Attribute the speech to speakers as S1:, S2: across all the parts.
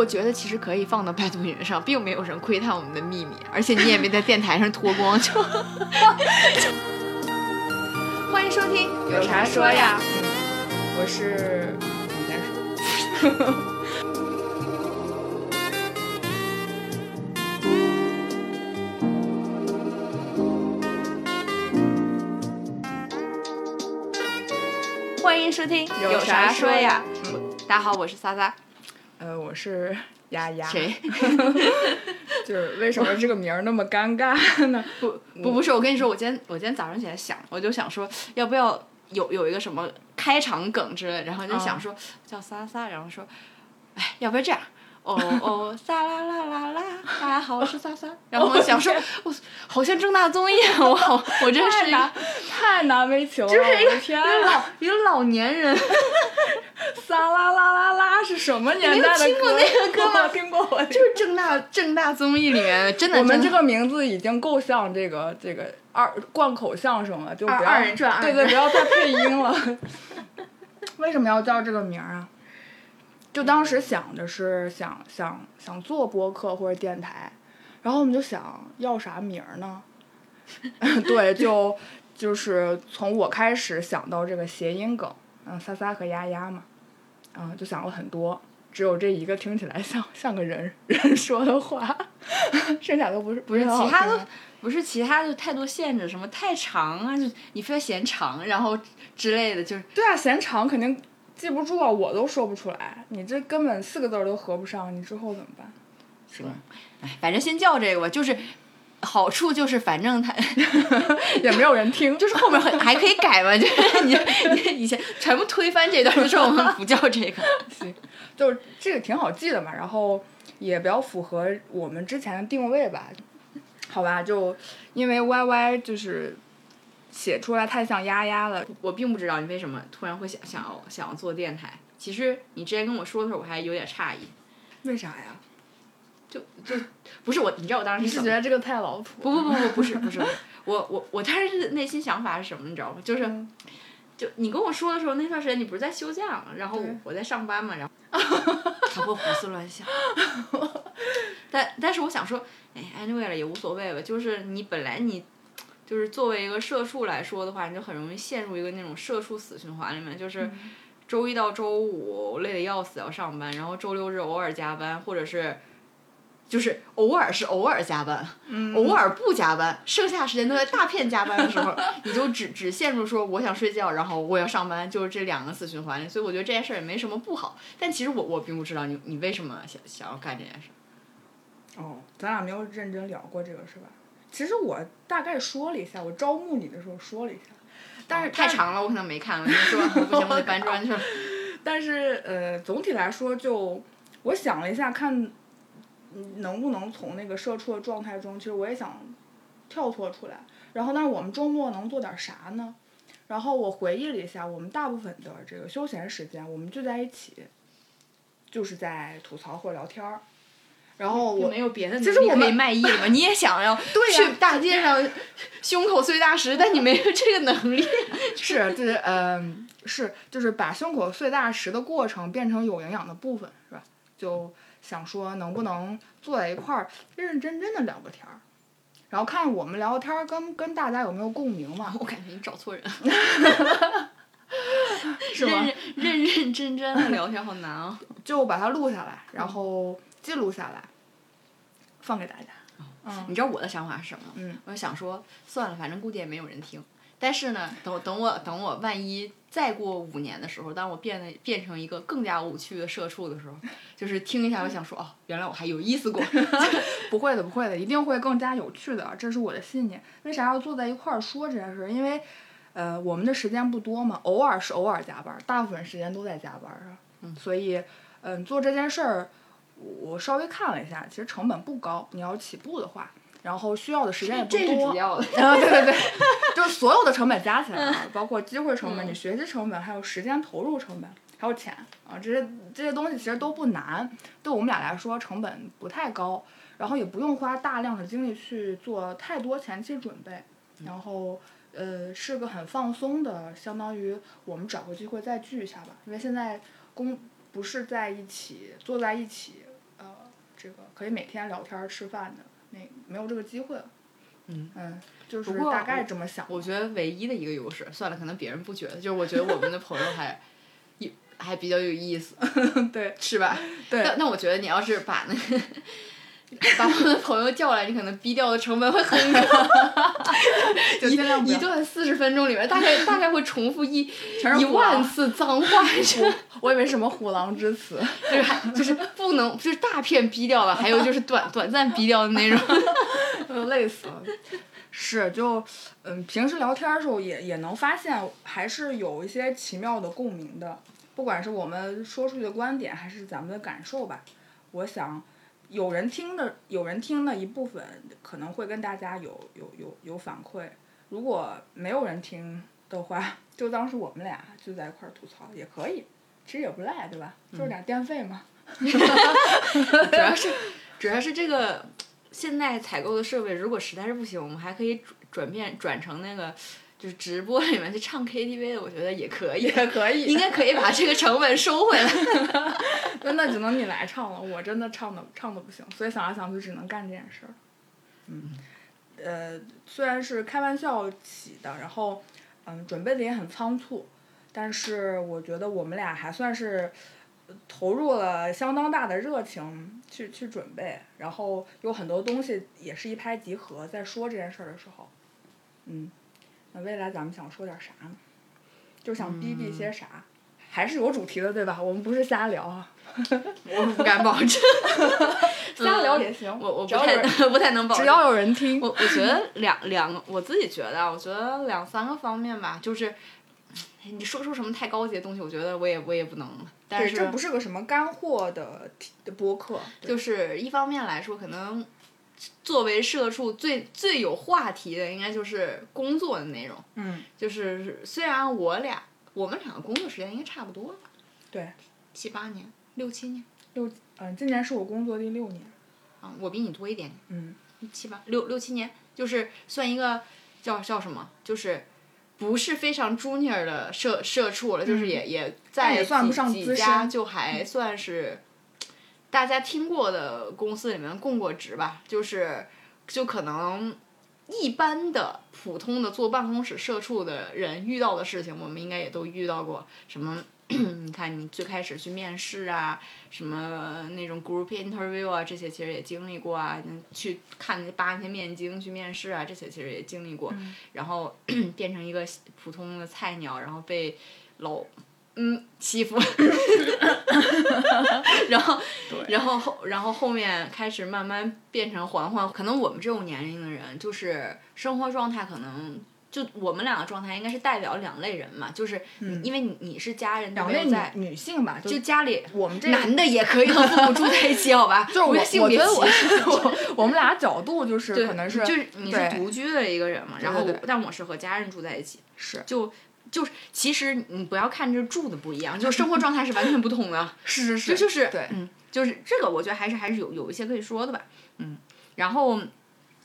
S1: 我觉得其实可以放到百度云上，并没有人窥探我们的秘密，而且你也没在电台上脱光，就 欢迎收听，有啥说呀？
S2: 我是你在说，
S1: 欢迎收听，
S2: 有啥说呀？
S1: 大家好，我是撒撒，
S2: 呃，我是丫丫。
S1: 谁？
S2: 就是为什么这个名儿那么尴尬呢？
S1: 不不不是，我跟你说，我今天我今天早上起来想，我就想说，要不要有有一个什么开场梗之类，然后就想说、叫撒撒，然后说，哎，要不要这样？哦哦，撒啦啦啦啦，大家好，我是撒撒。然后我想说，我好像正大综艺，啊我好，我 真是
S2: 太
S1: 一个
S2: 难，太难为情了！我的天
S1: 一个
S2: 啊，
S1: 老一个老年人，
S2: 撒啦啦啦啦是什么年代的歌？
S1: 你没有听过那个歌吗
S2: 我听过我听
S1: 就是正大正大综艺里面真的，
S2: 我们
S1: 真的
S2: 这个名字已经够像这个这个二贯口相声了，就不
S1: 二
S2: 要
S1: 二人转
S2: 对
S1: 二人
S2: 对，不要再配音了。 为什么要叫这个名儿啊？就当时想的是想想想做播客或者电台，然后我们就想要啥名儿呢？ 对，就就是从我开始想到这个谐音梗，嗯，撒撒和丫丫嘛，嗯，就想了很多，只有这一个听起来像像个人人说的话， 剩下都不是不是很好
S1: 其他
S2: 听啊
S1: 都不是其他的太多限制，什么太长啊，就你非要嫌长，然后之类的，就是
S2: 对啊，嫌长肯定记不住啊，我都说不出来，你这根本四个字儿都合不上，你之后怎么办？
S1: 行，哎，反正先叫这个吧，就是好处就是反正它
S2: 也没有人听，
S1: 就是后面还还可以改 嘛，就是你你以前全部推翻这段，就说我们不叫这个，
S2: 就是这个挺好记的嘛，然后也比较符合我们之前的定位吧，好吧，就因为 Y Y 就是写出来太像丫丫了，
S1: 我并不知道你为什么突然会想想要想要做电台。其实你之前跟我说的时候，我还有点诧异，
S2: 为啥呀？
S1: 不是我，你知道我当时
S2: 你
S1: 是
S2: 是
S1: 怎
S2: 觉
S1: 么？
S2: 得这个太老土？
S1: 不不不不，不是不是， 我我我当时内心想法是什么，你知道吗？就是
S2: 嗯
S1: 就你跟我说的时候，那段时间你不是在休假嘛，然后
S2: 对
S1: 我在上班嘛，然后他会胡思乱想。 但但是我想说，哎，anyway 了也无所谓吧，就是你本来你就是作为一个社畜来说的话，你就很容易陷入一个那种社畜死循环里面，就是周一到周五累得要死要上班，然后周六日偶尔加班，或者是。就是偶尔是偶尔加班，偶尔不加班，剩下时间都在大片加班的时候，你就只只陷入说我想睡觉，然后我要上班，就是这两个死循环里。所以我觉得这件事儿也没什么不好。但其实我我并不知道你你为什么想想要干这件事。
S2: 哦，咱俩没有认真聊过这个是吧？其实我大概说了一下，我招募你的时候说了一下，但是、
S1: 太长了，我可能没看了。你说不行，我得搬砖去了。
S2: 但是呃，总体来说就，我想了一下，看嗯能不能从那个社畜的状态中，其实我也想跳脱出来。然后，但是我们周末能做点啥呢？然后我回忆了一下，我们大部分的这个休闲时间，我们聚在一起，就是在吐槽或聊天儿。然后
S1: 我
S2: 我
S1: 没有别的，
S2: 其实
S1: 你
S2: 我
S1: 可以
S2: 们
S1: 卖艺嘛，你也想 要
S2: 对呀
S1: 去大街上胸口碎大石，但你没有这个能力。
S2: 是，就是嗯，是，就是把胸口碎大石的过程变成有营养的部分，是吧？就想说能不能坐在一块儿，认认真真的聊个天儿，然后看我们聊天儿跟跟大家有没有共鸣嘛，
S1: 我感觉你找错人了，
S2: 是吗
S1: 认？认认认真真的聊天好难啊、
S2: 就把它录下来，然后记录下来，放给大家。嗯，
S1: 你知道我的想法是什么？
S2: 嗯，
S1: 我想说算了，反正估计也没有人听。但是呢，等等我等我万一再过五年的时候，当我变得变成一个更加无趣的社畜的时候，就是听一下，我想说哦，原来我还有意 思过。
S2: 不会的，不会的，一定会更加有趣的，这是我的信念。为啥要坐在一块儿说这件事儿？因为，呃，我们的时间不多嘛，偶尔是偶尔加班儿，大部分时间都在加班儿啊。
S1: 嗯
S2: 所以，嗯、做这件事儿，我我稍微看了一下，其实成本不高，你要起步的话，然后需要的时间也不
S1: 这是
S2: 多
S1: 主。要的。
S2: 啊， 对对对， 就是所有的成本加起来啊，包括机会成本、
S1: 嗯
S2: 你学习成本、还有时间投入成本，还有钱啊，这些这些东西其实都不难，对我们俩来说成本不太高，然后也不用花大量的精力去做太多前期准备，
S1: 嗯
S2: 然后。呃，是个很放松的，相当于我们找个机会再聚一下吧，因为现在工不是在一起坐在一起，呃这个可以每天聊天儿吃饭的，那没有这个机会了。
S1: 嗯
S2: 就是
S1: 过
S2: 大概这么想。
S1: 我觉得唯一的一个优势，算了，可能别人不觉得，就是我觉得我们的朋友还一还比较有意思，
S2: 对
S1: 是吧？
S2: 对
S1: 那那我觉得你要是把那个把我们的朋友叫来，你可能逼调的成本会很高。
S2: 就尽量不
S1: 一
S2: 要。
S1: 段四十分钟里面，大 概大概会重复一
S2: 全是
S1: 一
S2: 胡乱
S1: 万次脏话， 就是
S2: 我以为什么虎狼之 词，
S1: 就是还就是不能就是大片逼掉了，还 有就是短短暂逼掉的那种。
S2: 都累死了。是，就嗯，平时聊天儿的时候也也能发现，还是有一些奇妙的共鸣的，不管是我们说出去的观点，还是咱们的感受吧。我想，有人听的，有人听的一部分可能会跟大家有有有有反馈，如果没有人听的话，就当是我们俩就在一块儿吐槽也可以，其实也不赖，对吧？就是点儿电费嘛。
S1: 主要是主要是这个现在采购的设备，如果实在是不行，我们还可以转转变转成那个就是直播里面去唱 KTV 的，我觉得也可 以，
S2: 也可 以
S1: 应该可以把这个成本收回来。
S2: 那那只能你来唱了，我真的唱的唱的不行，所以想来想去只能干这件事儿。嗯，呃，虽然是开玩笑起的，然后嗯，准备的也很仓促，但是我觉得我们俩还算是呃投入了相当大的热情去去准备，然后有很多东西也是一拍即合，在说这件事儿的时候，嗯，那未来咱们想说点啥呢？就想逼逼些啥？还是有主题的，对吧？我们不是瞎聊啊。
S1: 我不敢保 证，
S2: 瞎聊也行。
S1: 嗯我我
S2: 只
S1: 不
S2: 要
S1: 太
S2: 有人
S1: 不太能保
S2: 只
S1: 证。
S2: 要有人听，
S1: 我我觉得两两个，我自己觉得啊，我觉得两三个方面吧，就是，哎你说出什么太高级的东西，我觉得我也我也不能了。但
S2: 对，
S1: 是
S2: 这不是个什么干货的题的播客，对
S1: 就是一方面来说，可能作为社畜最最有话题的，应该就是工作的内容。
S2: 嗯，
S1: 就是虽然我俩我们两个工作时间应该差不多吧，
S2: 对，
S1: 七八年、六七年
S2: 嗯，今年是我工作第六年，
S1: 啊，我比你多一点，
S2: 嗯，
S1: 七八六六七年，就是算一个叫叫什么，就是。不是非常 junior 的社社畜了，就是也也在
S2: 但嗯也算
S1: 几
S2: 不上
S1: 几
S2: 资
S1: 家
S2: 深嗯
S1: 就还算是大家听过的公司里面供过职吧，就是就可能一般的普通的坐办公室社畜的人遇到的事情，我们应该也都遇到过。什么？你看你最开始去面试啊，什么那种 group interview 啊，这些其实也经历过啊。你去看那扒那些面经去面试啊，这些其实也经历过。然后嗯变成一个普通的菜鸟，然后被老嗯欺负，然后然后后然后后面开始慢慢变成环环。可能我们这种年龄的人，就是生活状态可能。就我们两个状态应该是代表两类人嘛，就是你、因为你你是家人，
S2: 两
S1: 没
S2: 位
S1: 有在
S2: 女女性吧，就
S1: 就家里
S2: 我们这
S1: 男的也可以和父母住在一 起，好吧？
S2: 就是我
S1: 不性
S2: 我
S1: 别
S2: 觉得
S1: 歧
S2: 我
S1: 视。
S2: 我我们俩角度就是
S1: 对，
S2: 可能是
S1: 就是你是
S2: 对
S1: 独居的一个人嘛，然后
S2: 对
S1: 我
S2: 对
S1: 但我是和家人住在一起，
S2: 是
S1: 就就是其实你不要看这住的不一样，就是生活状态是完全不同的。
S2: 是是
S1: 这
S2: 是，
S1: 就是
S2: 对
S1: 嗯，就是这个，我觉得还是还是有有一些可以说的吧，嗯，然后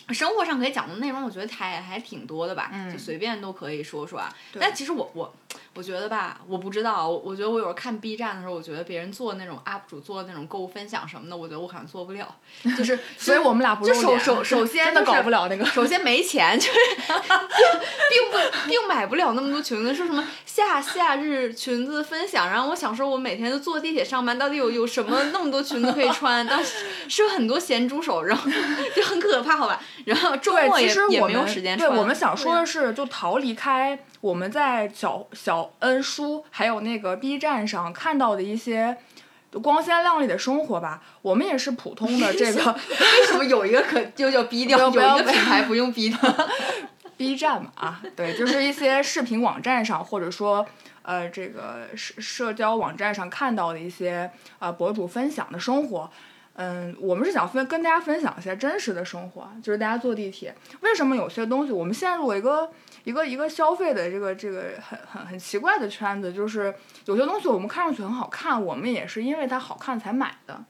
S1: 生活上可以讲的内容，我觉得还还挺多的吧，
S2: 嗯
S1: 就随便都可以说说啊。但其实我我我觉得吧，我不知道，我我觉得我有时候看 B 站的时候，我觉得别人做那种 UP 主做那种购物分享什么的，我觉得我好像做不了， 就是
S2: 所以我们俩不
S1: 就
S2: 露
S1: 首
S2: 脸
S1: 首首先
S2: 真的
S1: 就是
S2: 搞不了那个，
S1: 首先没钱，就是 并不并买不了那么多裙子，说什么夏夏日裙子分享，然后我想说，我每天都坐地铁上班，到底有有什么那么多裙子可以穿？但是是有很多咸猪手，然后 就很可怕，好吧？然后周
S2: 对，
S1: 末
S2: 其
S1: 也
S2: 实
S1: 也
S2: 我
S1: 没有
S2: 们
S1: 时间
S2: 对
S1: 穿。
S2: 我们想说
S1: 对
S2: 的
S1: 啊
S2: 是，就逃离开我们在小小恩书还有那个 B 站上看到的一些光鲜亮丽的生活吧。我们也是普通的这 个
S1: 为什么有一个可就叫逼调，有
S2: 不要
S1: 一个
S2: 不要
S1: 品牌不用逼调？
S2: B 站嘛啊，对，就是一些视频网站上或者说呃这个社社交网站上看到的一些呃博主分享的生活。嗯，我们是想分跟大家分享一些真实的生活，就是大家坐地铁，为什么有些东西我们陷入了一个一个一个消费的这个这个很很很奇怪的圈子，就是有些东西我们看上去很好看，我们也是因为它好看才买的，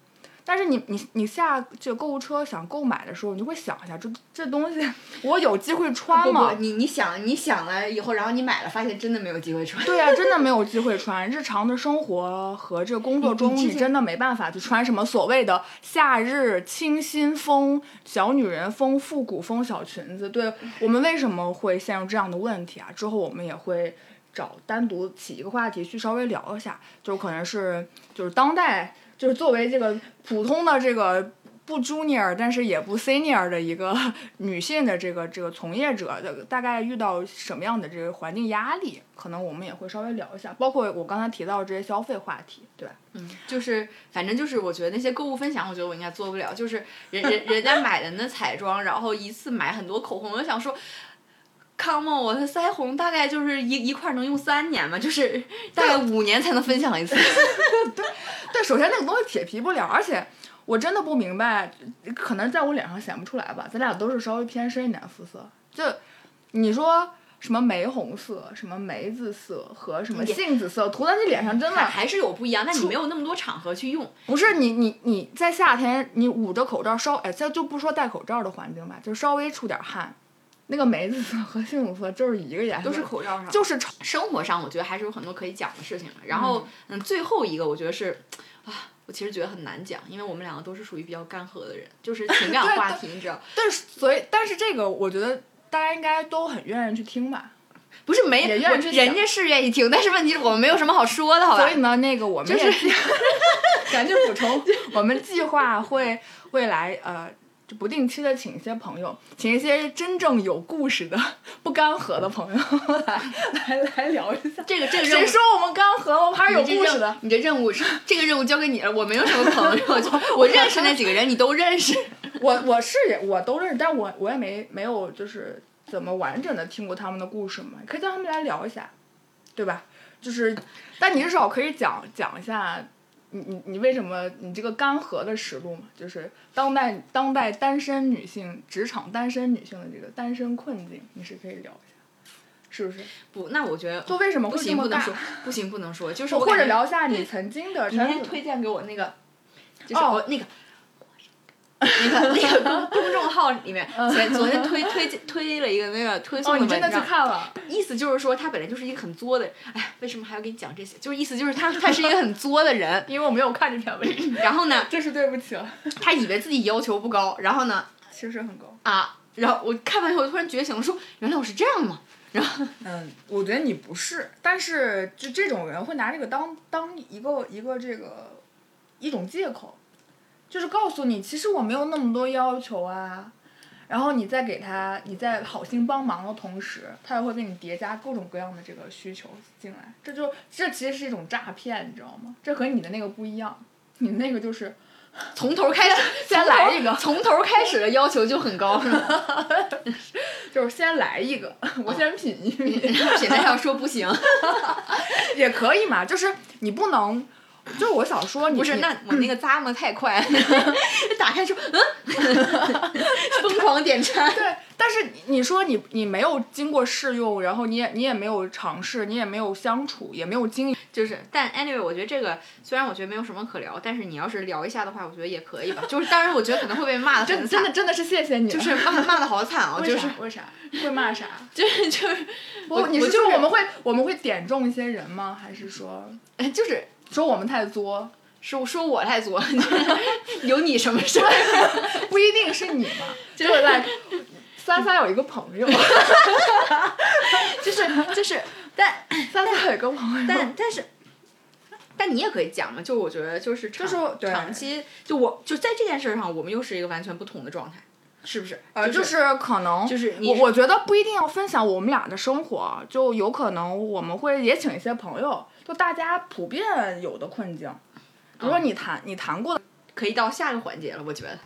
S2: 但是你你你下这个购物车想购买的时候，你就会想一下，这这东西 我有机会穿
S1: 啊不
S2: 吗？
S1: 不，你你想你想了以后，然后你买了，发现真的没有机会穿。
S2: 对呀、啊真的没有机会穿。日常的生活和这工作中，
S1: 你之
S2: 你
S1: 前
S2: 真的没办法去穿什么所谓的夏日清新风、小女人风、复古风小裙子。对我们为什么会陷入这样的问题啊？之后我们也会找单独起一个话题去稍微聊一下，就可能是就是当代，就是作为这个普通的这个。不 junior，但是也不 senior 的一个女性的这个这个从业者，的大概遇到什么样的这个环境压力，可能我们也会稍微聊一下，包括我刚才提到的这些消费话题，对吧？
S1: 嗯，就是反正就是，我觉得那些购物分享，我觉得我应该做不了。就是人人人家买的那彩妆，然后一次买很多口红，我就想说。Come on，我的腮红大概就是一一块儿能用三年嘛， 就是大概五年才能分享一次。
S2: 对，首先那个东西铁皮不了，而且我真的不明白，可能在我脸上显不出来吧，咱俩都是稍微偏深一点的肤色，就你说。什么玫红色、什么梅子色和什么
S1: 也
S2: 杏子色，涂在你脸上真的
S1: 还还是有不一样，但你没有那么多场合去用。
S2: 不是你你你在夏天你捂着口罩稍哎，这就不说戴口罩的环境吧，就稍微出点汗，那个梅子色和杏子色就是一个颜色，
S1: 都是口罩上。
S2: 就是丑
S1: 生活上，我觉得还是有很多可以讲的事情的。然后，嗯，最后一个我觉得是，啊，我其实觉得很难讲，因为我们两个都是属于比较干涸的人，就是情感话题，你知道？
S2: 但是所以但是这个我觉得大家应该都很愿意去听吧，
S1: 不是没
S2: 也
S1: 人，
S2: 愿意
S1: 我
S2: 去讲
S1: 人家是愿意听， 但是问题是我们没有什么好说的，好吧
S2: 所以？呢那个我们
S1: 就
S2: 也
S1: 是
S2: 赶紧补充，我们计划会未来呃。就不定期的请一些朋友，请一些真正有故事的、不干涸的朋友 来来来聊一下。
S1: 这个这个任
S2: 谁
S1: 务。
S2: 说我们干涸？我们还是有故事的。
S1: 你这任务是这个任务交给你了，我没有什么朋友，就 我认识那几个人你都认识，
S2: 我我是也我都认识，但我我也没没有就是怎么完整的听过他们的故事嘛，可以叫他们来聊一下，对吧？就是，但你至少可以讲讲一下你你你为什么你这个干涸的实录嘛，就是当代当代单身女性职场单身女性的这个单身困境，你是可以聊一下，是不是？
S1: 不，那我觉得
S2: 就为什么
S1: 不
S2: 会这
S1: 行，不
S2: 么
S1: 能
S2: 大？
S1: 说，不行，不能说，就是我
S2: 或者
S1: 感觉
S2: 聊一下你曾经的
S1: 你那天
S2: 曾
S1: 推荐给我那个，就是
S2: 哦
S1: 我那个。那个那个公 公众号里面，前昨天推推荐推了一个那个推送
S2: 哦，
S1: 的
S2: 你
S1: 文
S2: 真的去
S1: 章，
S2: 看了？，
S1: 意思就是说他本来就是一个很作的人，哎，为什么还要给你讲这些？就是意思就是他他是一个很作的人
S2: 因为我没有看这篇 文章，
S1: 然后呢，
S2: 真是对不起了，
S1: 他以为自己要求不高，然后呢
S2: 其实很高。
S1: 啊，然后我看完以后突然觉醒了，说原来我是这样吗？
S2: 嗯，我觉得你不是，但是就这种人会拿这个当当一个一个这个一种借口，就是告诉你，其实我没有那么多要求啊。然后你再给他，你在好心帮忙的同时，他又会给你叠加各种各样的这个需求进来，这就这其实是一种诈骗，你知道吗？这和你的那个不一样，你那个就是
S1: 从头开始，
S2: 先来一个
S1: 从头， 从头开始的要求就很高，是 吗？
S2: 就是先来一个， 我先品一
S1: 嗯
S2: 品，
S1: 现在要说不行，
S2: 也可以嘛，就是你不能，就是我想说你
S1: 不是，
S2: 你
S1: 那我那个咂摸太快， 打开说嗯， 疯狂点赞。
S2: 对，但是你你说你你没有经过试用，然后你也你也没有尝试，你也没有相处，也没有经营，
S1: 就是，但 anyway，我觉得这个虽然我觉得没有什么可聊，但是你要是聊一下的话，我觉得也可以吧。就是，当然我觉得可能会被骂的
S2: 真
S1: 很
S2: 真
S1: 惨，
S2: 的真的是谢谢你了，
S1: 就是骂骂的好惨哦，就
S2: 为
S1: 是
S2: 啥为啥会骂啥？
S1: 就是就是
S2: 我你
S1: 我
S2: 是
S1: 就
S2: 说
S1: 是
S2: 我们会我们会点中一些人吗？还是说
S1: 哎就是
S2: 说我们太作？
S1: 说说我太作， 就是有你什么事儿？
S2: 不一定是你嘛， 就是 like 三三有一个朋友，
S1: 就是就是，但
S2: 三三有一个朋友，
S1: 但但是。但你也可以讲嘛，就我觉得就是长
S2: 就是对
S1: 长期，就我就在这件事上，我们又是一个完全不同的状态，是不是？
S2: 呃，
S1: 就是
S2: 是可能
S1: 就是你
S2: 我我觉得不一定要分享我们俩的生活，就有可能我们会也请一些朋友，就大家普遍有的困境，比如说
S1: 嗯
S2: 你谈、你谈过的，
S1: 可以到下个环节了，我觉得，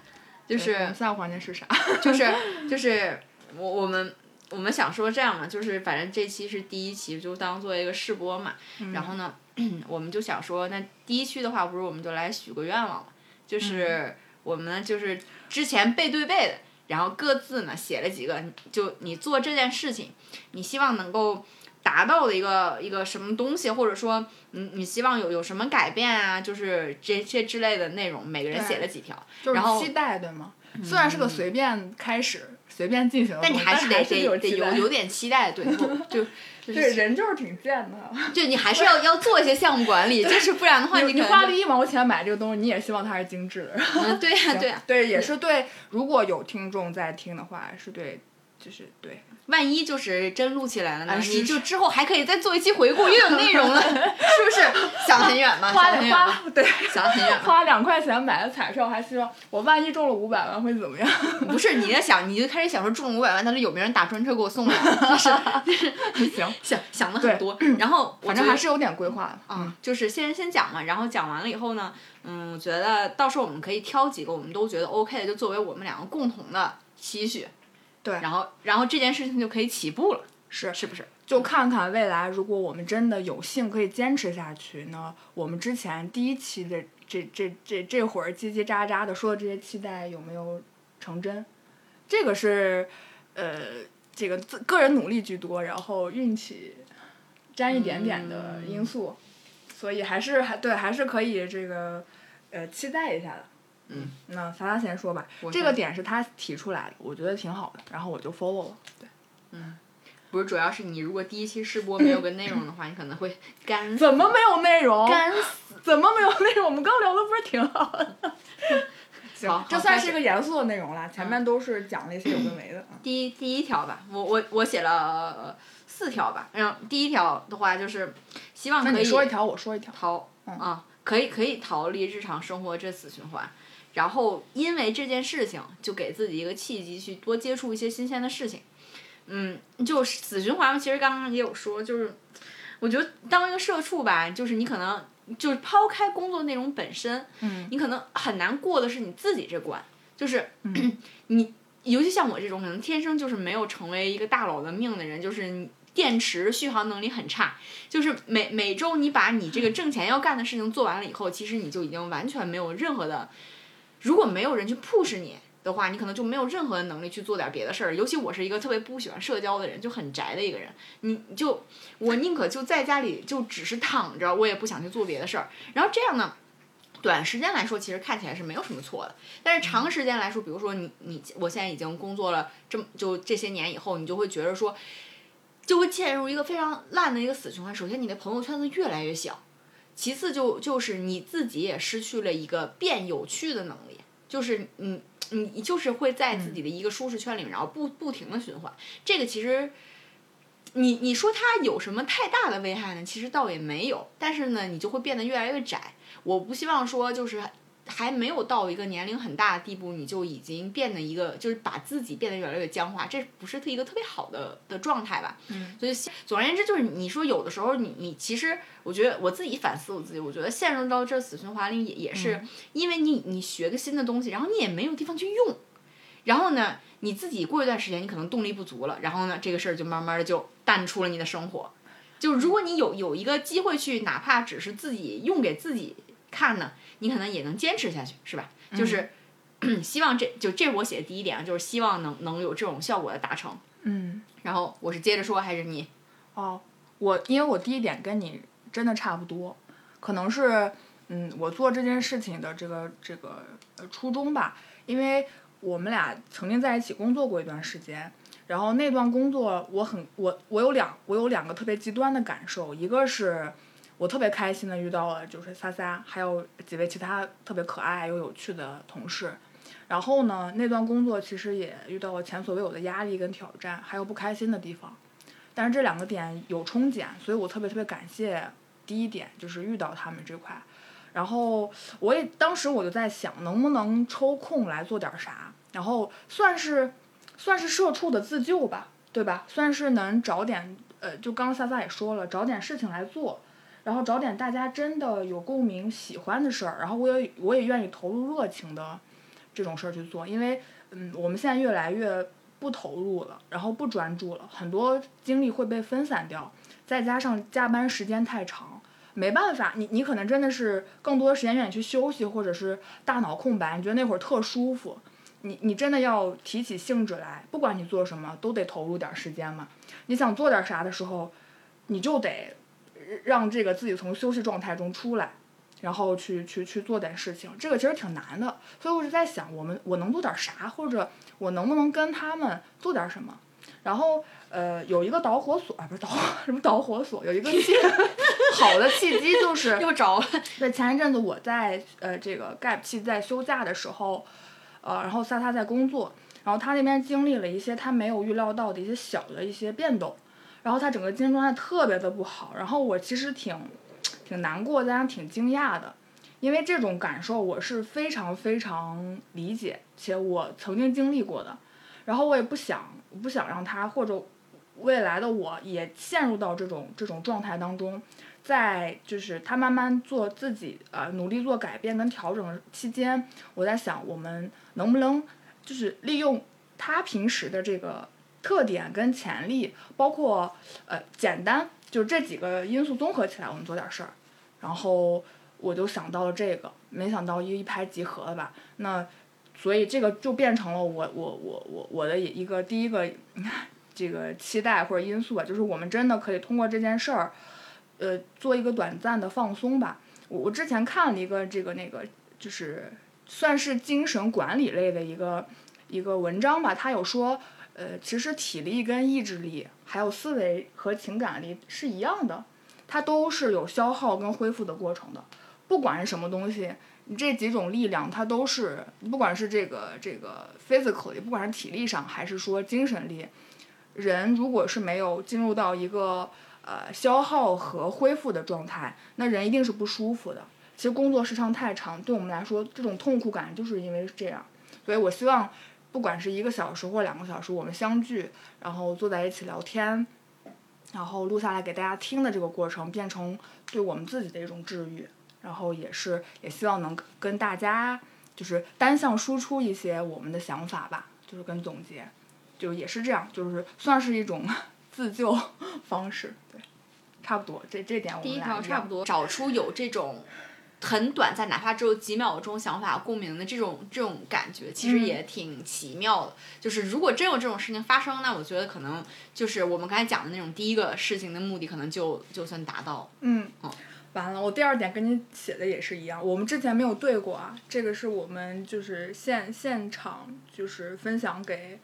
S1: 就
S2: 就是下个环节 是啥？
S1: 就是就是我我们我们想说这样嘛，就是反正这期是第一期，就当做一个试播嘛。然后呢， 我们就想说，那第一期的话，不是我们就来许个愿望嘛，就是我们呢就是之前背对背的，然后各自呢写了几个，就你做这件事情，你希望能够。达到的一个一个什么东西，或者说你你希望有有什么改变啊，就是这些之类的内容，每个人
S2: 对
S1: 写了几条，
S2: 就是
S1: 然后
S2: 期待对吗？虽然是个随便开始、随便进行的
S1: 嗯但
S2: 东
S1: 你
S2: 西，
S1: 还
S2: 但
S1: 是得
S2: 有
S1: 得得
S2: 期
S1: 有
S2: 待
S1: 有点期待， 对，不就就
S2: 对
S1: 是
S2: 人就是挺贱的。
S1: 就你还是要要做一些项目管理，就是不然的话
S2: 你
S1: 可
S2: 你
S1: 能
S2: 花
S1: 就
S2: 了一毛钱买这个东西，你也希望它是精致的。
S1: 嗯 对呀、对呀、
S2: 对，也是对。如果有听众在听的话，是对，就是对。
S1: 万一就是真录起来了呢，
S2: 哎是
S1: 你就之后还可以再做一期回顾，又有内容 了，是不是？想得很远嘛，
S2: 花
S1: 想得很远嘛，
S2: 花对，
S1: 想得很远嘛。
S2: 花两块钱买的彩票，还希望我万一中了五百万会怎么样？
S1: 不是你在想，你就开始想说中五百万，但是有没有人打专车给我送来？就是
S2: 不行，
S1: 想想的
S2: 对嗯
S1: 很多，然后我
S2: 反
S1: 觉
S2: 正
S1: 得
S2: 还是有点规划的。
S1: 啊，就是先先讲嘛，然后讲完了以后呢，嗯，我觉得到时候我们可以挑几个我们都觉得 OK 的，就作为我们两个共同的期许。
S2: 对
S1: 然后然后这件事情就可以起步了，
S2: 是
S1: 是不是？
S2: 就看看未来，如果我们真的有幸可以坚持下去呢，我们之前第一期的这这这这会儿叽叽喳喳的说的这些期待有没有成真？这个是，呃，这个自个人努力居多，然后运气沾一点点的因素，
S1: 嗯
S2: 所以还是还对还是可以这个，呃，期待一下的。
S1: 嗯，
S2: 那萨拉先说吧，
S1: 我
S2: 这
S1: 先
S2: 个点是他提出来的，我觉得挺好的，然后我就 follow 了。
S1: 不是，主要是你如果第一期试播没有个内容的话，你可能 会干
S2: 怎么没有内容？
S1: 干死。
S2: 怎么没有内容？我们刚聊的不是挺好的？
S1: 好，
S2: 这
S1: 好
S2: 算
S1: 开
S2: 是
S1: 始
S2: 个严肃的内容了，前面都是讲了一些有的没的。
S1: 第一第一条吧，我我我写了、呃四条吧。然后第一条的话就是希望
S2: 那
S1: 可
S2: 你
S1: 以
S2: 说一条，我说一条。
S1: 逃、
S2: 嗯
S1: 啊，可以可以逃离日常生活这死循环。然后因为这件事情，就给自己一个契机去多接触一些新鲜的事情。嗯，就是死循环，其实刚刚也有说，就是我觉得当一个社畜吧，就是你可能就是抛开工作内容本身，
S2: 嗯
S1: 你可能很难过的是你自己这关，就是、你，尤其像我这种可能天生就是没有成为一个大佬的命的人，就是你电池续航能力很差，就是每每周你把你这个挣钱要干的事情做完了以后，其实你就已经完全没有任何的，如果没有人去 push 你。的话，你可能就没有任何的能力去做点别的事儿。尤其我是一个特别不喜欢社交的人，就很宅的一个人。你你就我宁可就在家里就只是躺着，我也不想去做别的事儿。然后这样呢，短时间来说，其实看起来是没有什么错的，但是长时间来说，比如说你你我现在已经工作了这么就这些年以后，你就会觉得说，就会陷入一个非常烂的一个死循环。首先，你的朋友圈子越来越小，其次就就是你自己也失去了一个变有趣的能力，就是你你你就是会在自己的一个舒适圈里面，然后不不停的循环。这个其实。你你说它有什么太大的危害呢？其实倒也没有，但是呢，你就会变得越来越窄。我不希望说就是还没有到一个年龄很大的地步，你就已经变得一个就是把自己变得越来越僵化，这不是一个特别好的的状态吧？
S2: 嗯，
S1: 所以现总而言之，就是你说有的时候你你其实我觉得我自己反思我自己，我觉得陷入到这死循环里也也是因为你你学个新的东西，然后你也没有地方去用，然后呢你自己过一段时间你可能动力不足了，然后呢这个事儿就慢慢的就淡出了你的生活。就如果你有有一个机会去，哪怕只是自己用给自己看呢，你可能也能坚持下去，是吧？就是、 希望这就这是我写的第一点啊，就是希望能能有这种效果的达成。
S2: 嗯，
S1: 然后我是接着说还是你？
S2: 哦，我因为我第一点跟你真的差不多，可能是嗯，我做这件事情的这个这个呃初衷吧，因为我们俩曾经在一起工作过一段时间。然后那段工作，我很我我有两我有两个特别极端的感受，一个是我特别开心的遇到了就是撒撒，还有几位其他特别可爱又有趣的同事。然后呢，那段工作其实也遇到了前所未有的压力跟挑战，还有不开心的地方。但是这两个点有冲减，所以我特别特别感谢第一点就是遇到他们这块。然后我也当时我就在想，能不能抽空来做点啥，然后算是算是社畜的自救吧，对吧？算是能找点呃，就刚刚萨萨也说了，找点事情来做，然后找点大家真的有共鸣、喜欢的事儿，然后我也我也愿意投入热情的这种事儿去做，因为嗯，我们现在越来越不投入了，然后不专注了，很多精力会被分散掉，再加上加班时间太长，没办法，你你可能真的是更多的时间愿意去休息，或者是大脑空白，你觉得那会儿特舒服。你你真的要提起兴致来，不管你做什么，都得投入点儿时间嘛。你想做点啥的时候，你就得让这个自己从休息状态中出来，然后去去去做点事情。这个其实挺难的，所以我就在想，我们我能做点啥，或者我能不能跟他们做点什么。然后呃，有一个导火索啊，不是导火什么导火索，有一个 契好的契机就是
S1: 又找
S2: 对，前一阵子我在呃这个 gap 期在休假的时候，呃，然后萨他在工作，然后他那边经历了一些他没有预料到的一些小的一些变动，然后他整个精神状态特别的不好，然后我其实挺挺难过，加上挺惊讶的，因为这种感受我是非常非常理解，且我曾经经历过的，然后我也不想不想让他或者未来的我也陷入到这种这种状态当中。在就是他慢慢做自己呃努力做改变跟调整期间，我在想我们能不能就是利用他平时的这个特点跟潜力，包括呃简单，就这几个因素综合起来，我们做点事儿。然后我就想到了这个，没想到一一拍即合了吧？那所以这个就变成了我我我我我的一个第一个 这个期待或者因素吧，就是我们真的可以通过这件事儿。呃，做一个短暂的放松吧。我我之前看了一个这个那个，就是算是精神管理类的一个一个文章吧，它有说，呃，其实体力跟意志力，还有思维和情感力是一样的，它都是有消耗跟恢复的过程的。不管是什么东西，你这几种力量，它都是，不管是这个这个 physically，不管是体力上，还是说精神力，人如果是没有进入到一个呃消耗和恢复的状态，那人一定是不舒服的。其实工作时长太长，对我们来说，这种痛苦感就是因为这样。所以我希望，不管是一个小时或两个小时，我们相聚，然后坐在一起聊天，然后录下来给大家听的这个过程，变成对我们自己的一种治愈。然后也是也希望能跟大家就是单向输出一些我们的想法吧，就是跟总结，就也是这样，就是算是一种 自救方式，对，差不多，这这点我
S1: 第
S2: 们
S1: 一
S2: 俩
S1: 条
S2: 一
S1: 差
S2: 样
S1: 不多，找出有这种很短暂，哪怕只有几秒钟想法共鸣的这种这种感觉，其实
S2: 嗯
S1: 也挺奇妙的。就是如果真有这种事情发生，那我觉得可能就是我们刚才讲的那种第一个事情的目的，可能就就算达到了。
S2: 嗯
S1: 嗯，
S2: 完了，我第二点跟你写的也是一样，我们之前没有对过啊，这个是我们就是现现场就是分享给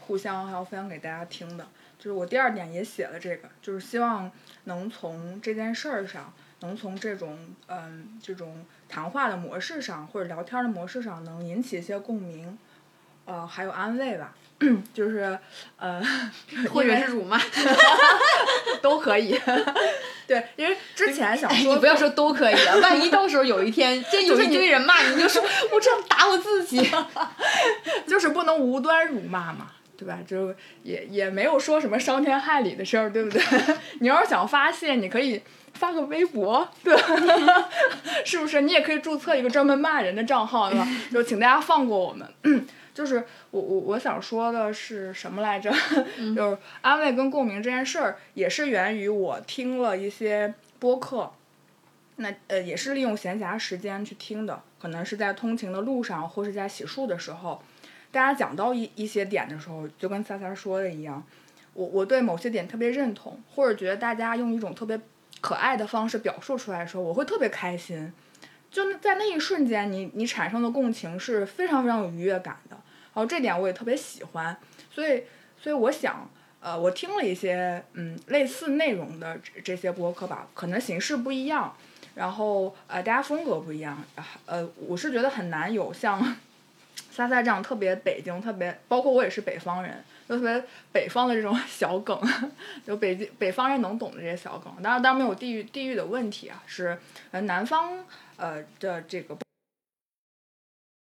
S2: 互相还有分享给大家听的，就是我第二点也写了这个，就是希望能从这件事儿上，能从这种嗯这种谈话的模式上或者聊天的模式上，能引起一些共鸣，呃，还有安慰吧， 就是呃。
S1: 或者是辱 骂，
S2: 都可以。对，因为之前想
S1: 哎
S2: 说，
S1: 你不要说都可以啊，万一到时候有一 天真有
S2: 就是
S1: 一
S2: 你
S1: 堆人骂你，你就说我这样打我自己。
S2: 就是不能无端辱骂嘛，对吧？就也也没有说什么伤天害理的事儿，对不 对？你要是想发泄，你可以发个微博，对吧？ 是不是？你也可以注册一个专门骂人的账号，对吧？就请大家放过我们。 就是我我我想说的是什么来着？ 就是安慰跟共鸣这件事儿，也是源于我听了一些播客，那呃也是利用闲暇时间去听的，可能是在通勤的路上，或是在洗漱的时候，大家讲到一一些点的时候，就跟三三说的一样，我我对某些点特别认同，或者觉得大家用一种特别可爱的方式表述出来的时候，我会特别开心。就那在那一瞬间你，你产生的共情是非常非常有愉悦感的，然后这点我也特别喜欢，所以所以我想，呃，我听了一些嗯类似内容的这这些播客吧，可能形式不一样，然后呃大家风格不一样，呃我是觉得很难有像撒撒这样特别北京特别，包括我也是北方人，就特别北方的这种 小梗，就北京北方人能懂的这些小梗，当然当然没有地域地域的问题啊，是呃南方呃的这个。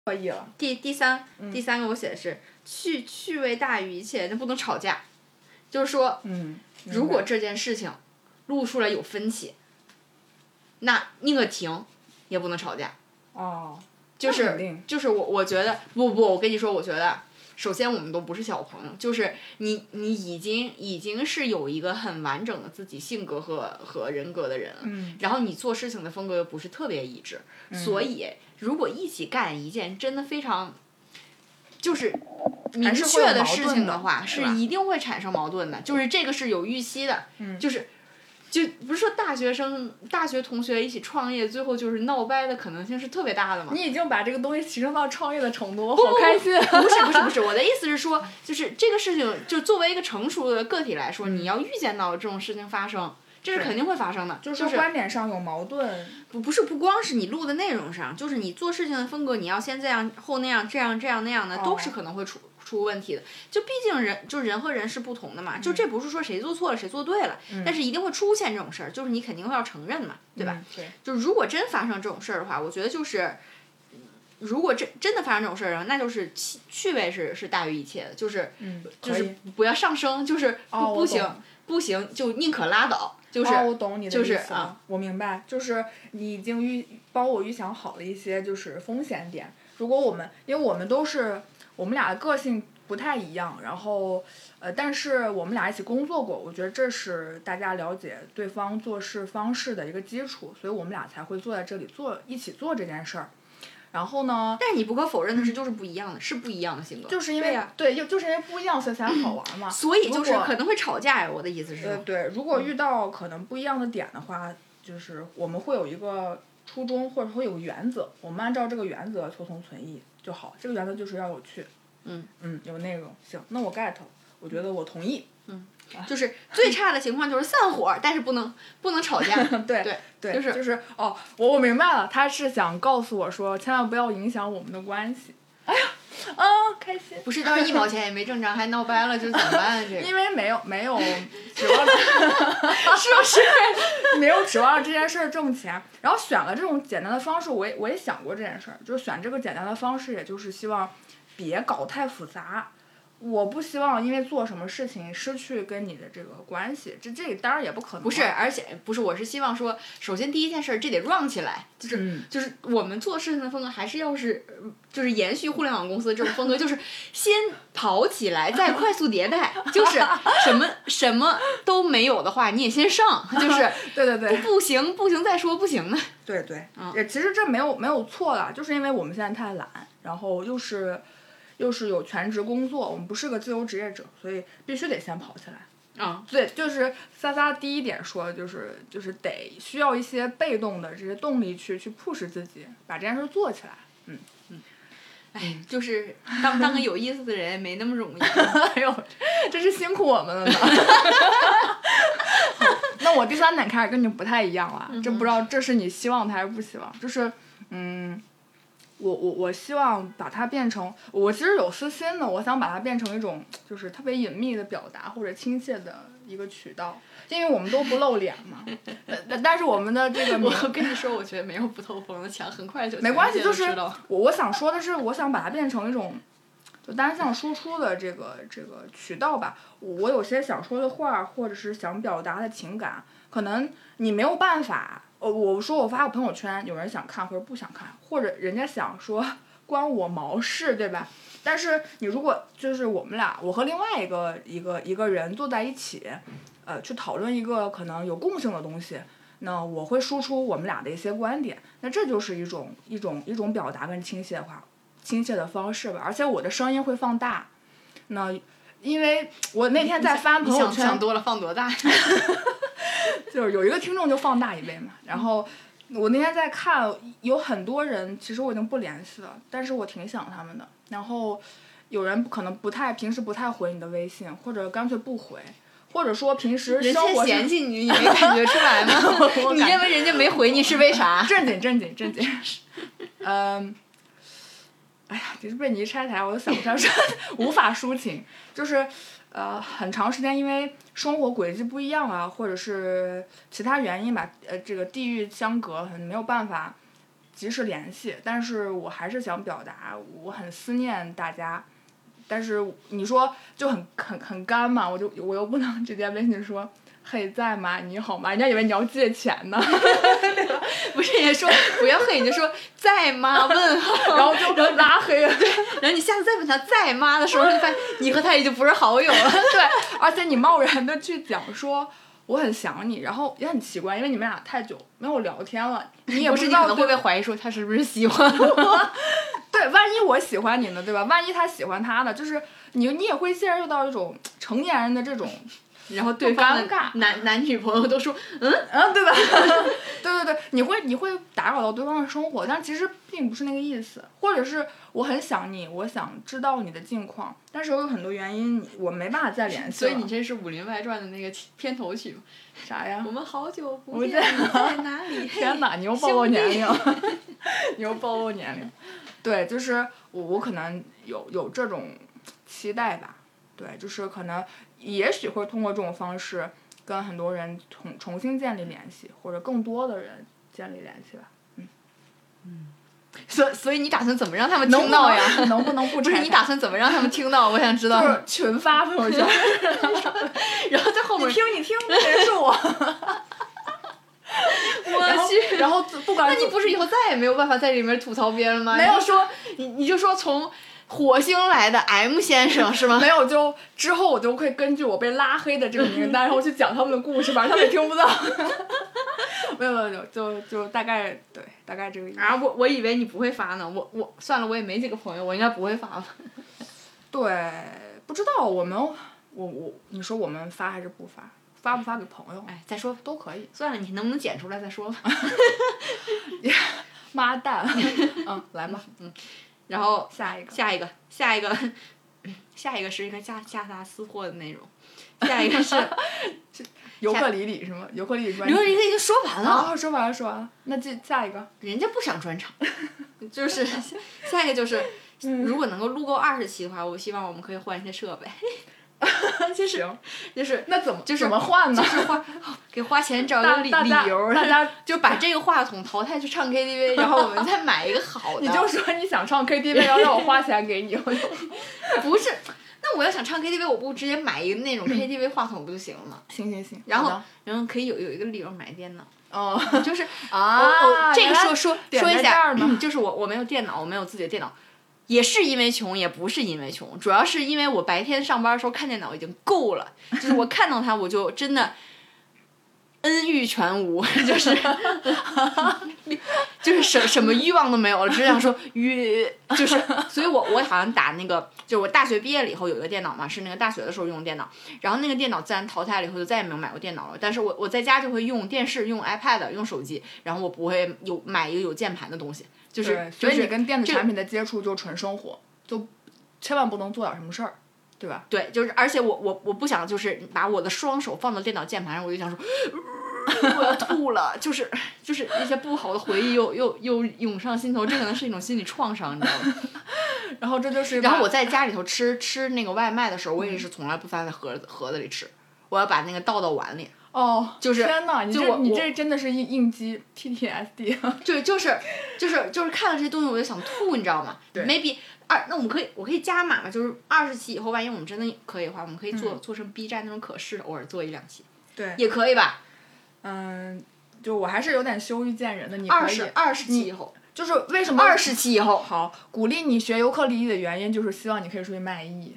S2: 可以了，
S1: 第第三第三个我写的是趣趣味大于一切，那不能吵架。就是说，
S2: 嗯，明
S1: 如
S2: 白
S1: 果这件事情录出来有分歧，那宁可停，也不能吵架。
S2: 哦，
S1: 就
S2: 那肯
S1: 是
S2: 定
S1: 就是我我觉得不不，我跟你说，我觉得首先我们都不是小朋友，就是你你已经已经是有一个很完整的自己性格和和人格的人了，
S2: 嗯
S1: 然后你做事情的风格又不是特别一致，所以如果一起干一件真的非常。就是明
S2: 还是会有
S1: 确的
S2: 矛
S1: 事
S2: 盾
S1: 情
S2: 的
S1: 话，
S2: 是
S1: 是
S2: 吧嗯
S1: 一定会产生矛盾的。就是这个是有预期的，就是就不是说大学生、大学同学一起创业，最后就是闹掰的可能性是特别大的嘛？
S2: 你已经把这个东西提升到创业的程度，我好开 心。啊
S1: 不是不是不是，我的意思是说，就是这个事情，就作为一个成熟的个体来
S2: 嗯
S1: 说，你要预见到这种事情发生，这是肯定会发生的。
S2: 就
S1: 就是
S2: 观点上有矛盾，
S1: 不不是不光是你录的内容上，就是你做事情的风格，你要先这样后那样，这样这样那样的，都
S2: 哦
S1: 是可能会出出问题的。就毕竟人就人和人是不同的嘛，就
S2: 嗯
S1: 这不是说谁做错了谁做对了，但是一定会出现这种事儿，就是你肯定会要承认嘛，对吧？
S2: 嗯？对，
S1: 就如果真发生这种事儿的话，我觉得就是，如果真真的发生这种事儿的话，那就是趣趣味是是大于一切的，就是
S2: 嗯，
S1: 就
S2: 可
S1: 是
S2: 以
S1: 不要上升，就是不、
S2: 哦，
S1: 不
S2: 我懂
S1: 行不行就宁可拉倒，就是、
S2: 哦，我懂你的
S1: 就
S2: 意
S1: 是
S2: 思了，
S1: 啊
S2: 我明白，就是你已经预帮我预想好了一些就是风险点。如果我们，因为我们都是我们俩的个性不太一样，然后呃，但是我们俩一起工作过，我觉得这是大家了解对方做事方式的一个基础，所以我们俩才会坐在这里做一起做这件事儿。然后呢，
S1: 但是你不可否认的是，就是不一样的，是不一样的性格。
S2: 就是因
S1: 对
S2: 为
S1: 呀
S2: 对，就就是因为不一样，所以才好玩嘛。
S1: 所以就是
S2: 如果
S1: 可能会吵架呀。我的意思是
S2: 呃，
S1: 说，
S2: 对，如果遇到可能不一样的点的话，就是我们会有一个初衷，或者会有个原则，我们按照这个原则求同存异就好。这个原则就是要有趣。
S1: 嗯
S2: 嗯，有内容。行，那我 get，了我觉得我同意。
S1: 就是 最差的情况就是散伙，但是不能不能吵架。
S2: 对
S1: 对
S2: 对，
S1: 就是
S2: 就是哦，我我明白了，他是想告诉我说，千万不要影响我们的关系。哎呀，啊、开心。
S1: 不是，到时候一毛钱也没挣着，还闹掰了，就是怎么办 啊？这个
S2: 因为没有没有指望着
S1: 是不是？
S2: 没有指望着这件事儿挣钱，然后选了这种简单的方式，我也我也想过这件事儿，就是选这个简单的方式，也就是希望别搞太复杂。我不希望因为做什么事情失去跟你的这个关系，这这当然也不可能。
S1: 不是，，而且不是，我是希望说，首先第一件事儿，这得 run 起来，就是、
S2: 嗯
S1: 就是我们做事情的风格还是要是呃就是延续互联网公司这种风格，就是先跑起来，再快速迭代，就是什么什么都没有的话，你也先上，就是
S2: 对 对对
S1: 不行不行再说不行呢。
S2: 对对
S1: 嗯，
S2: 也其实这没有没有错了，就是因为我们现在太懒，然后又是又是有全职工作，我们不是个自由职业者，所以必须得先跑起来。
S1: 啊、
S2: 对，就是撒撒第一点说，就是就是得需要一些被动的这些动力去去 push 自己，把这件事做起来。 嗯，
S1: 哎，就是当当个有意思的人没那么容易。
S2: 哎呦，真是辛苦我们了呢。 好那我第三点开始跟你不太一样了，这不知道这是你希望的还是不希望，就是嗯。我我我希望把它变成，我其实有私心的，我想把它变成一种就是特别隐秘的表达或者亲切的一个渠道，因为我们都不露脸嘛， 但但但是我们的这个名
S1: 我跟你说，我觉得没有不透风的墙，很快就
S2: 没关系，
S1: 全
S2: 就
S1: 都
S2: 是
S1: 知道了
S2: 我我想说的是，我想把它变成一种就单向输出的这个这个渠道吧。我我有些想说的话，或者是想表达的情感，可能你没有办法。呃，我说我发个朋友圈，有人想看或者不想看，或者人家想说关我毛事，对吧？但是你如果就是我们俩，我和另外一个一个一个人坐在一起，呃，去讨论一个可能有共性的东西，那我会输出我们俩的一些观点，那这就是一种一种一种表达跟倾泻化倾泻的方式吧，而且我的声音会放大，那因为我那天在翻
S1: 你
S2: 朋友
S1: 想
S2: 圈，
S1: 想多了放多大？
S2: 就是有一个听众就放大一倍嘛。然后我那天在看，有很多人其实我已经不联系了，但是我挺想他们的。然后有人可能不太平时不太回你的微信，或者干脆不回，或者说平时
S1: 人家
S2: 生活
S1: 嫌
S2: 是？
S1: 弃你，你没感觉出来 吗
S2: 我
S1: 你
S2: 感
S1: 认为人家没回你是为啥？
S2: 正经正经正经，嗯。哎呀，就是被你一拆台，我都想不 上说，无法抒情。就是，呃，很长时间因为生活轨迹不一样啊，或者是其他原因吧，呃，这个地域相隔，很没有办法及时联系。但是我还是想表达，我很思念大家。但是你说就很很很干嘛，我就我又不能直接微信说，嘿，在吗？你好吗？人家以为你要借钱呢。
S1: 不是也说不要黑，你就说在吗？问号。
S2: 然后就能拉黑了。
S1: 然后你下次再问他在吗的时候，你发现你和他已经不是好友了。
S2: 对，而且你贸然的去讲说我很想你，然后也很奇怪，因为你们俩太久没有聊天了，你也
S1: 不是
S2: 知
S1: 你可
S2: 道
S1: 能会
S2: 对
S1: 被怀疑说他是不是喜欢我？
S2: 对，万一我喜欢你呢，对吧？万一他喜欢他呢，就是你你也会陷入到一种成年人的这种
S1: 然后对方
S2: 尴尬
S1: 的男男女朋友都说，嗯，
S2: 啊，对吧？ 对对对，你会你会打扰到对方的生活，但其实并不是那个意思，或者是我很想你，我想知道你的近况，但是我有很多原因，我没办法再联系
S1: 所
S2: 了。
S1: 以你这是《武林外传》的那个片头曲吗
S2: 啥呀
S1: 我？们好久不
S2: 我
S1: 见，
S2: 在
S1: 你在哪 里？
S2: 天哪，你又暴
S1: 兄
S2: 露
S1: 弟
S2: 年龄，你又暴露年龄。 对，就是我我可能有有这种期待吧，对，就是可能也许会通过这种方式跟很多人重重新建立联系，或者更多的人建立联系吧。
S1: 所所以你打算怎么让他们
S2: 能
S1: 听
S2: 不
S1: 到呀？
S2: 能能不能不
S1: 不是
S2: 拆
S1: 你
S2: 台
S1: 打算怎么让他们听到？我想知道。
S2: 就是群发朋友圈，
S1: 然后在后面，
S2: 听你听， 别说我。然后
S1: 我去，
S2: 然后自不管
S1: 那你不是以后再也没有办法在里面吐槽别人了吗？
S2: 没有
S1: 你就说你你就说从火星来的 M 先生是吗？
S2: 没有就之后我就会根据我被拉黑的这个 名单，然后去讲他们的故事，反正他们也听不到。没有没有没有，就就大概对，大概这个意 思。
S1: 啊，我我以为你不会发呢，我我算了，我也没几个朋友，我应该不会发吧。
S2: 对，不知道我们我我你说我们发还是不发？发不发给朋友？
S1: 哎，再说
S2: 都可以。
S1: 算了，你能不能剪出来再说吧。
S2: 妈蛋， 嗯，来吧，
S1: 然后
S2: 下一个。
S1: 下一个，下一个， 下一个是一个加加达私货的内容，下一 个是
S2: 尤克里里是吗？尤克里里专
S1: 刘
S2: 辑。
S1: 琳已经说完 了，
S2: 啊，说完了，说完了，那这下一个。
S1: 人家不想专场， 嗯就是下一个就是。如果能够录够二十期的话，我希望我们可以换一些设备，
S2: 就是行，
S1: 就是
S2: 那怎么
S1: 就是
S2: 怎么换呢？
S1: 给花钱找
S2: 大
S1: 个理
S2: 大
S1: 理
S2: 家
S1: 由儿，
S2: 大家
S1: 就把这个话筒淘汰去唱 KTV，然后我们再买一个好的。
S2: 你就说你想唱 KTV，然后让我花钱给你， 我就
S1: 不是， 那我要想唱 KTV，我不直接买一个那种 KTV 话筒不就行了吗？
S2: 行行行。
S1: 然
S2: 然
S1: 后
S2: 后，，
S1: 然后可以有有一个理由买电 脑，
S2: 哦，
S1: 就是
S2: 啊
S1: 哦这
S2: 原
S1: 个
S2: 来
S1: 说说
S2: 点
S1: 说一
S2: 在 这
S1: 下
S2: 儿呢，
S1: 就是我我没有电脑，我没有自己的电脑，也是因为穷，也不是因为穷，主要是因为我白天上班的时候看电脑已经够了，就是我看到它我就真的。恩欲全无， 就是就是什什么欲望都没有了，只想说约，就是，所以我我好像打那个，就是我大学毕业了以后有一个电脑嘛，是那个大学的时候用的电脑，然后那个电脑自然淘汰了以后就再也没有买过电脑了。但是我我在家就会用电视、用 iPad、用手机，然后我不会有买一个有键盘的东西，就是
S2: 对，所
S1: 就
S2: 以你
S1: 是
S2: 跟电子
S1: 这
S2: 产品的接触就纯生活，就千万不能做点什么事儿，对吧？
S1: 对，就是而且我我我不想就是把我的双手放到电脑键盘上，我就想说。我要吐了，就是就是一些不好的回忆又又又涌上心头，这可能是一种心理创伤，你知道吗？
S2: 然后这就是一个，
S1: 然后我在家里头吃吃那个外卖的时候，我
S2: 嗯
S1: 也是从来不放在盒子盒子里吃，我要把那个倒到碗里。
S2: 哦，
S1: 就是
S2: 天呐，你
S1: 就
S2: 这
S1: 我
S2: 你
S1: 我
S2: 这真的是应应激 PTSD，
S1: 对，就是就是就是看了这些东西我就想吐，你知道吗？
S2: 对
S1: Maybe 二，那我们可以我可以加码嘛，就是二十期以后，万一我们真的可以的话，我们可以做、做成 B 站那种可视的，偶尔做一两期
S2: 嗯对，
S1: 也可以吧。
S2: 嗯，就我还是有点羞于见人的，你
S1: 二
S2: 可以
S1: 十，二十期以后，
S2: 就是为什么
S1: 二十期以后，
S2: 好，鼓励你学尤克里里的原因就是希望你可以出去卖艺，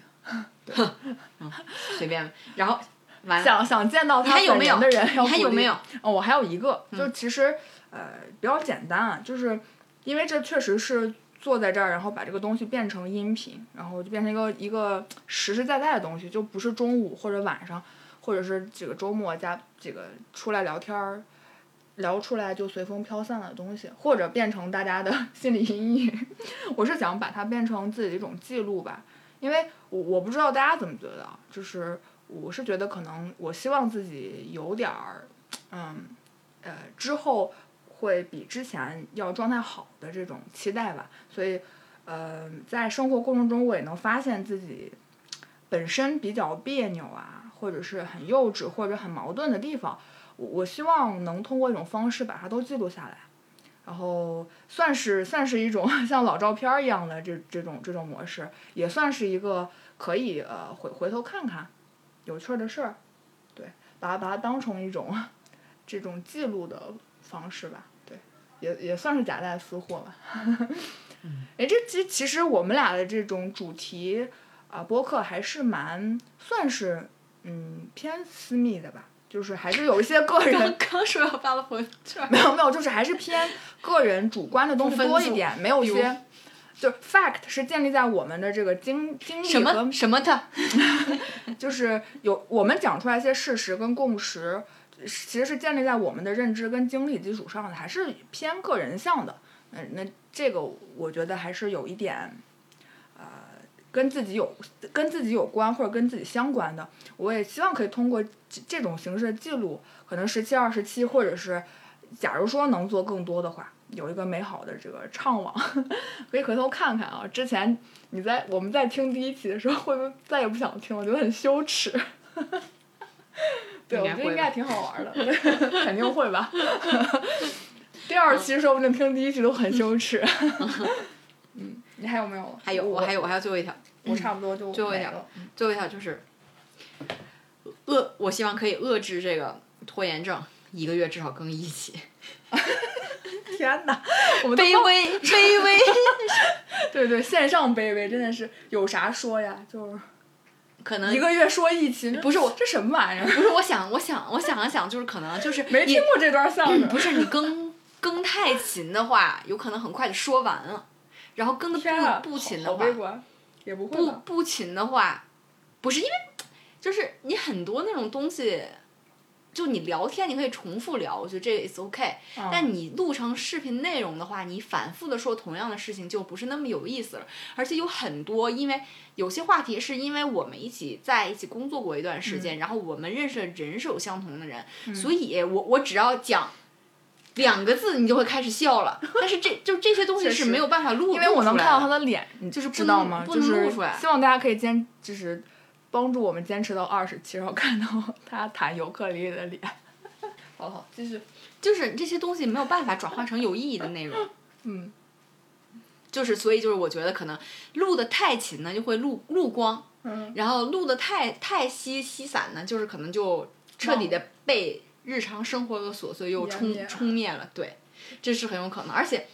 S1: 随便。然后完了，
S2: 想想见到他
S1: 啊还有
S2: 本
S1: 没
S2: 人
S1: 有
S2: 的人要
S1: 你还
S2: 鼓
S1: 有没
S2: 励
S1: 有？
S2: 哦，我还有一个，就其实、呃比较简单啊，就是因为这确实是坐在这儿，然后把这个东西变成音频，然后就变成一个一个实实在在的东西，就不是中午或者晚上，或者是几个周末加几个出来聊天儿。聊出来就随风飘散的东西，或者变成大家的 心理阴影，我是想把它变成自己的一种记录吧，因为我我不知道大家怎么觉得啊，就是我是觉得可能我希望自己有点儿嗯，呃，之后会比之前要状态好的这种期待吧。所以，呃，在生活过程中，我也能发现自己本身比较别扭啊，或者是很幼稚或者很矛盾的地方，我我希望能通过一种方式把它都记录下来。然后算是算是一种 像老照片儿一样的这这种这种模式，也算是一个可以呃回回头看看有趣儿的事儿，对，把它把它当成一种 这种记录的方式吧，对，也也算是夹带私货吧。哎，这其其实我们俩的这种主题啊、播客还是蛮算是嗯偏私密的吧，就是还是有一些个人
S1: 刚刚说要发到朋友圈，
S2: 没有没有，就是还是偏个人主观的东西
S1: 不分
S2: 多
S1: 组
S2: 一点，没有一
S1: 比如
S2: 些就是 fact 是建立在我们的这个经经历
S1: 什
S2: 和
S1: 么什么的，
S2: 就是有我们讲出来一些事实跟共识，其实是建立在我们的认知跟经历基础上的，还是偏个人向的。嗯，那这个我觉得还是有一点，呃，跟自己有跟自己有关或者跟自己相关的。我也希望可以通过这这种形式的记录，可能十七、二十七，或者是假如说能做更多的话，有一个美好的这个怅惘， 可以回头看看啊。之前你在我们在听第一期的时候，会不会再也不想听？我觉得很羞耻。 对，我
S1: 应该
S2: 觉得
S1: 会吧
S2: 应该挺好玩的， 肯定会吧。第二期说不定听第一期都很羞耻。嗯，你还有没有？
S1: 还有我还有我还有最后一条，
S2: 我差不多就
S1: 最后一
S2: 没
S1: 条
S2: 了。
S1: 最后一条就是遏，我希望可以遏制这个拖延症，一个月至少更一期。
S2: 天哪，我们都
S1: 卑微，卑 微。
S2: 对对，线上卑微真的是有啥说呀？就是
S1: 可能
S2: 一个月说一期，
S1: 不是我
S2: 这什么玩意儿？
S1: 不是，我想，我想，我想了想，就是可能就是
S2: 没
S1: 你
S2: 听过这段相声。
S1: 不是你更更太勤的话，有可能很快就说完了。然后更的
S2: 天啊，
S1: 不不勤
S2: 好
S1: 的
S2: 好
S1: 话，
S2: 悲观，也不会
S1: 不
S2: 吧？
S1: 不勤的话，不是因为就是你很多那种东西，就你聊天你可以重复聊，我觉得这个 is OK、
S2: 嗯
S1: 但你录成视频内容的话，你反复的说同样的事情就不是那么有意思了。而且有很多，因为有些话题是因为我们一起在一起工作过一段时
S2: 嗯
S1: 间，然后我们认识的人是有相同的人，所以我我只要讲。两个字你就会开始笑了，但是这就这些东西
S2: 确
S1: 是
S2: 实
S1: 没有办法录，
S2: 因为我
S1: 录
S2: 能
S1: 出来
S2: 看
S1: 的
S2: 到他的脸，你
S1: 就是不
S2: 知道
S1: 能
S2: 吗？
S1: 不
S2: 就
S1: 能
S2: 是
S1: 录出来
S2: 希望大家可以坚，就是帮助我们坚持到二十期，然后看到他弹尤克里里的脸。好好，继续。
S1: 就是这些东西没有办法转化成有意义的内容。
S2: 嗯，
S1: 就是所以就是我觉得可能录的太勤呢，就会录录光，
S2: 嗯，
S1: 然后录的太太稀稀散呢，就是可能就彻底的被日常生活的琐碎又
S2: 湮
S1: 冲
S2: 灭
S1: 冲灭了。对，这是很有可能，而且。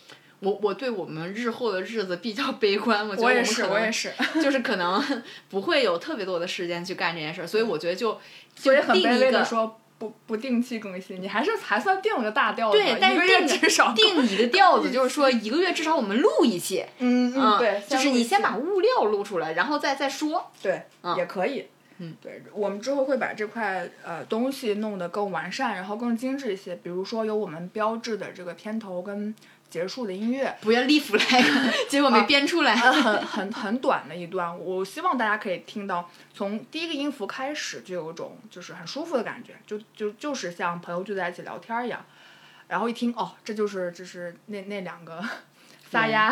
S1: 我我对我们日后的日子比较悲观，我觉得
S2: 我也
S1: 们
S2: 是，
S1: 可
S2: 我
S1: 能
S2: 也是，
S1: 就是可能 不会有特别多的时间去干这件事儿，所以我觉得就
S2: 所以很
S1: 定
S2: 卑
S1: 一
S2: 微
S1: 个
S2: 的说不不定期更新，你还是还算定了个大调子，
S1: 对但
S2: 一
S1: 是
S2: 个月
S1: 定
S2: 至少
S1: 定一个调 子，就是说一个月至少我们录一期，
S2: 嗯嗯对，
S1: 就是
S2: 录
S1: 你
S2: 一
S1: 先
S2: 期
S1: 把物料录出来，然后再再说。
S2: 对，
S1: 嗯
S2: 也可以。
S1: 嗯，
S2: 对，我们之后会把这块呃东西弄得更完善，然后更精致一些。比如说有我们标志的这个片头跟结束的音乐，
S1: 不要立 出来，结果没编出来。
S2: 呃，很很很短的一段，我希望大家可以听到从第一个音符开始就有一种就是很舒服的感觉，就就就是像朋友聚在一起聊天儿一样。然后一听哦，这就是这是那那两个撒丫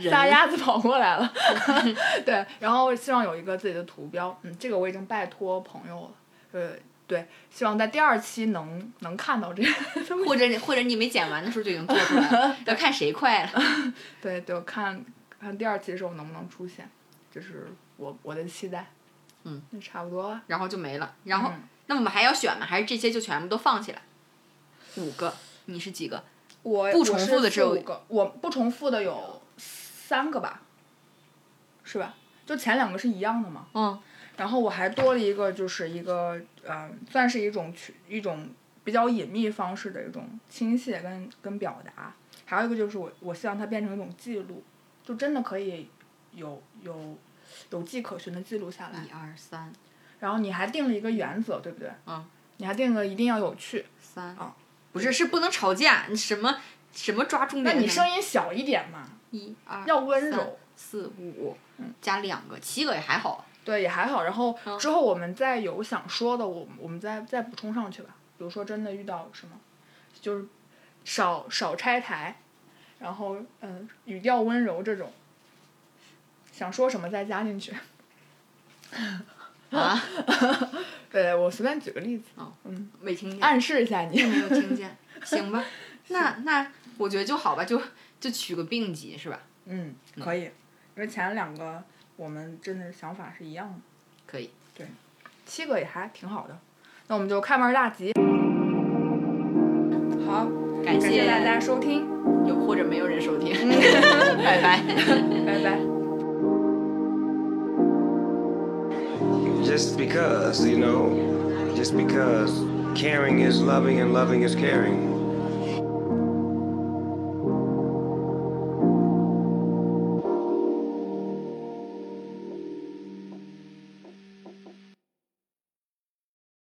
S1: 人
S2: 撒丫子跑过来了， 对，然后希望有一个自己的图标，嗯，这个我已经拜托朋友了，呃，对，希望在第二期能能看到这个，
S1: 或者你或者你没剪完的时候就已经做出来 了，要看谁快了。
S2: 对，就看看第二期的时候能不能出现，这是我我的期待，
S1: 嗯，
S2: 那差不多了，
S1: 然后就没了。然后、
S2: 嗯
S1: 那我们还要选吗？还是这些就全部都放起来？五个，你是几个？
S2: 我
S1: 不重复的
S2: 我是
S1: 只有
S2: 四五个，我不重复的有三个吧，是吧？就前两个是一样的吗？
S1: 嗯，
S2: 然后我还多了一个，就是一个呃，算是一种去一种比较隐秘方式的一种倾泻跟跟表达。还有一个就是我我希望它变成一种记录，就真的可以有有有迹可循的记录下来。
S1: 一二三
S2: 然后你还定了一个原则，对不对？
S1: 嗯。
S2: 你还定了一定要有趣。
S1: 三
S2: 哦，
S1: 不是是不能吵架，你什么什么抓重
S2: 那
S1: 点呢？
S2: 你声音小一点嘛，
S1: 一二
S2: 要温
S1: 三
S2: 柔。
S1: 四五，
S2: 嗯
S1: 加两个七个也还好。
S2: 对，也还好。然后之后我们再有想说的，我我们再再补充上去吧。比如说真的遇到什么，就是少少拆台，然后嗯语调温柔这种，想说什么再加进去。
S1: 啊，
S2: 对，我随便举个例子，
S1: 没 听见。
S2: 暗示一下你。
S1: 没有听 见，行吧？那那我觉得就好吧，就就取个并集是吧？
S2: 嗯，可以，因为前两个我们真的想法是一样的。
S1: 可以。
S2: 七个也还挺好的。那我们就开门大吉。好，
S1: 感
S2: 感谢大，家收听，
S1: 有或者没有人收 听，拜拜。
S2: 拜拜。
S3: just because, you know, just because caring is loving and loving is caring.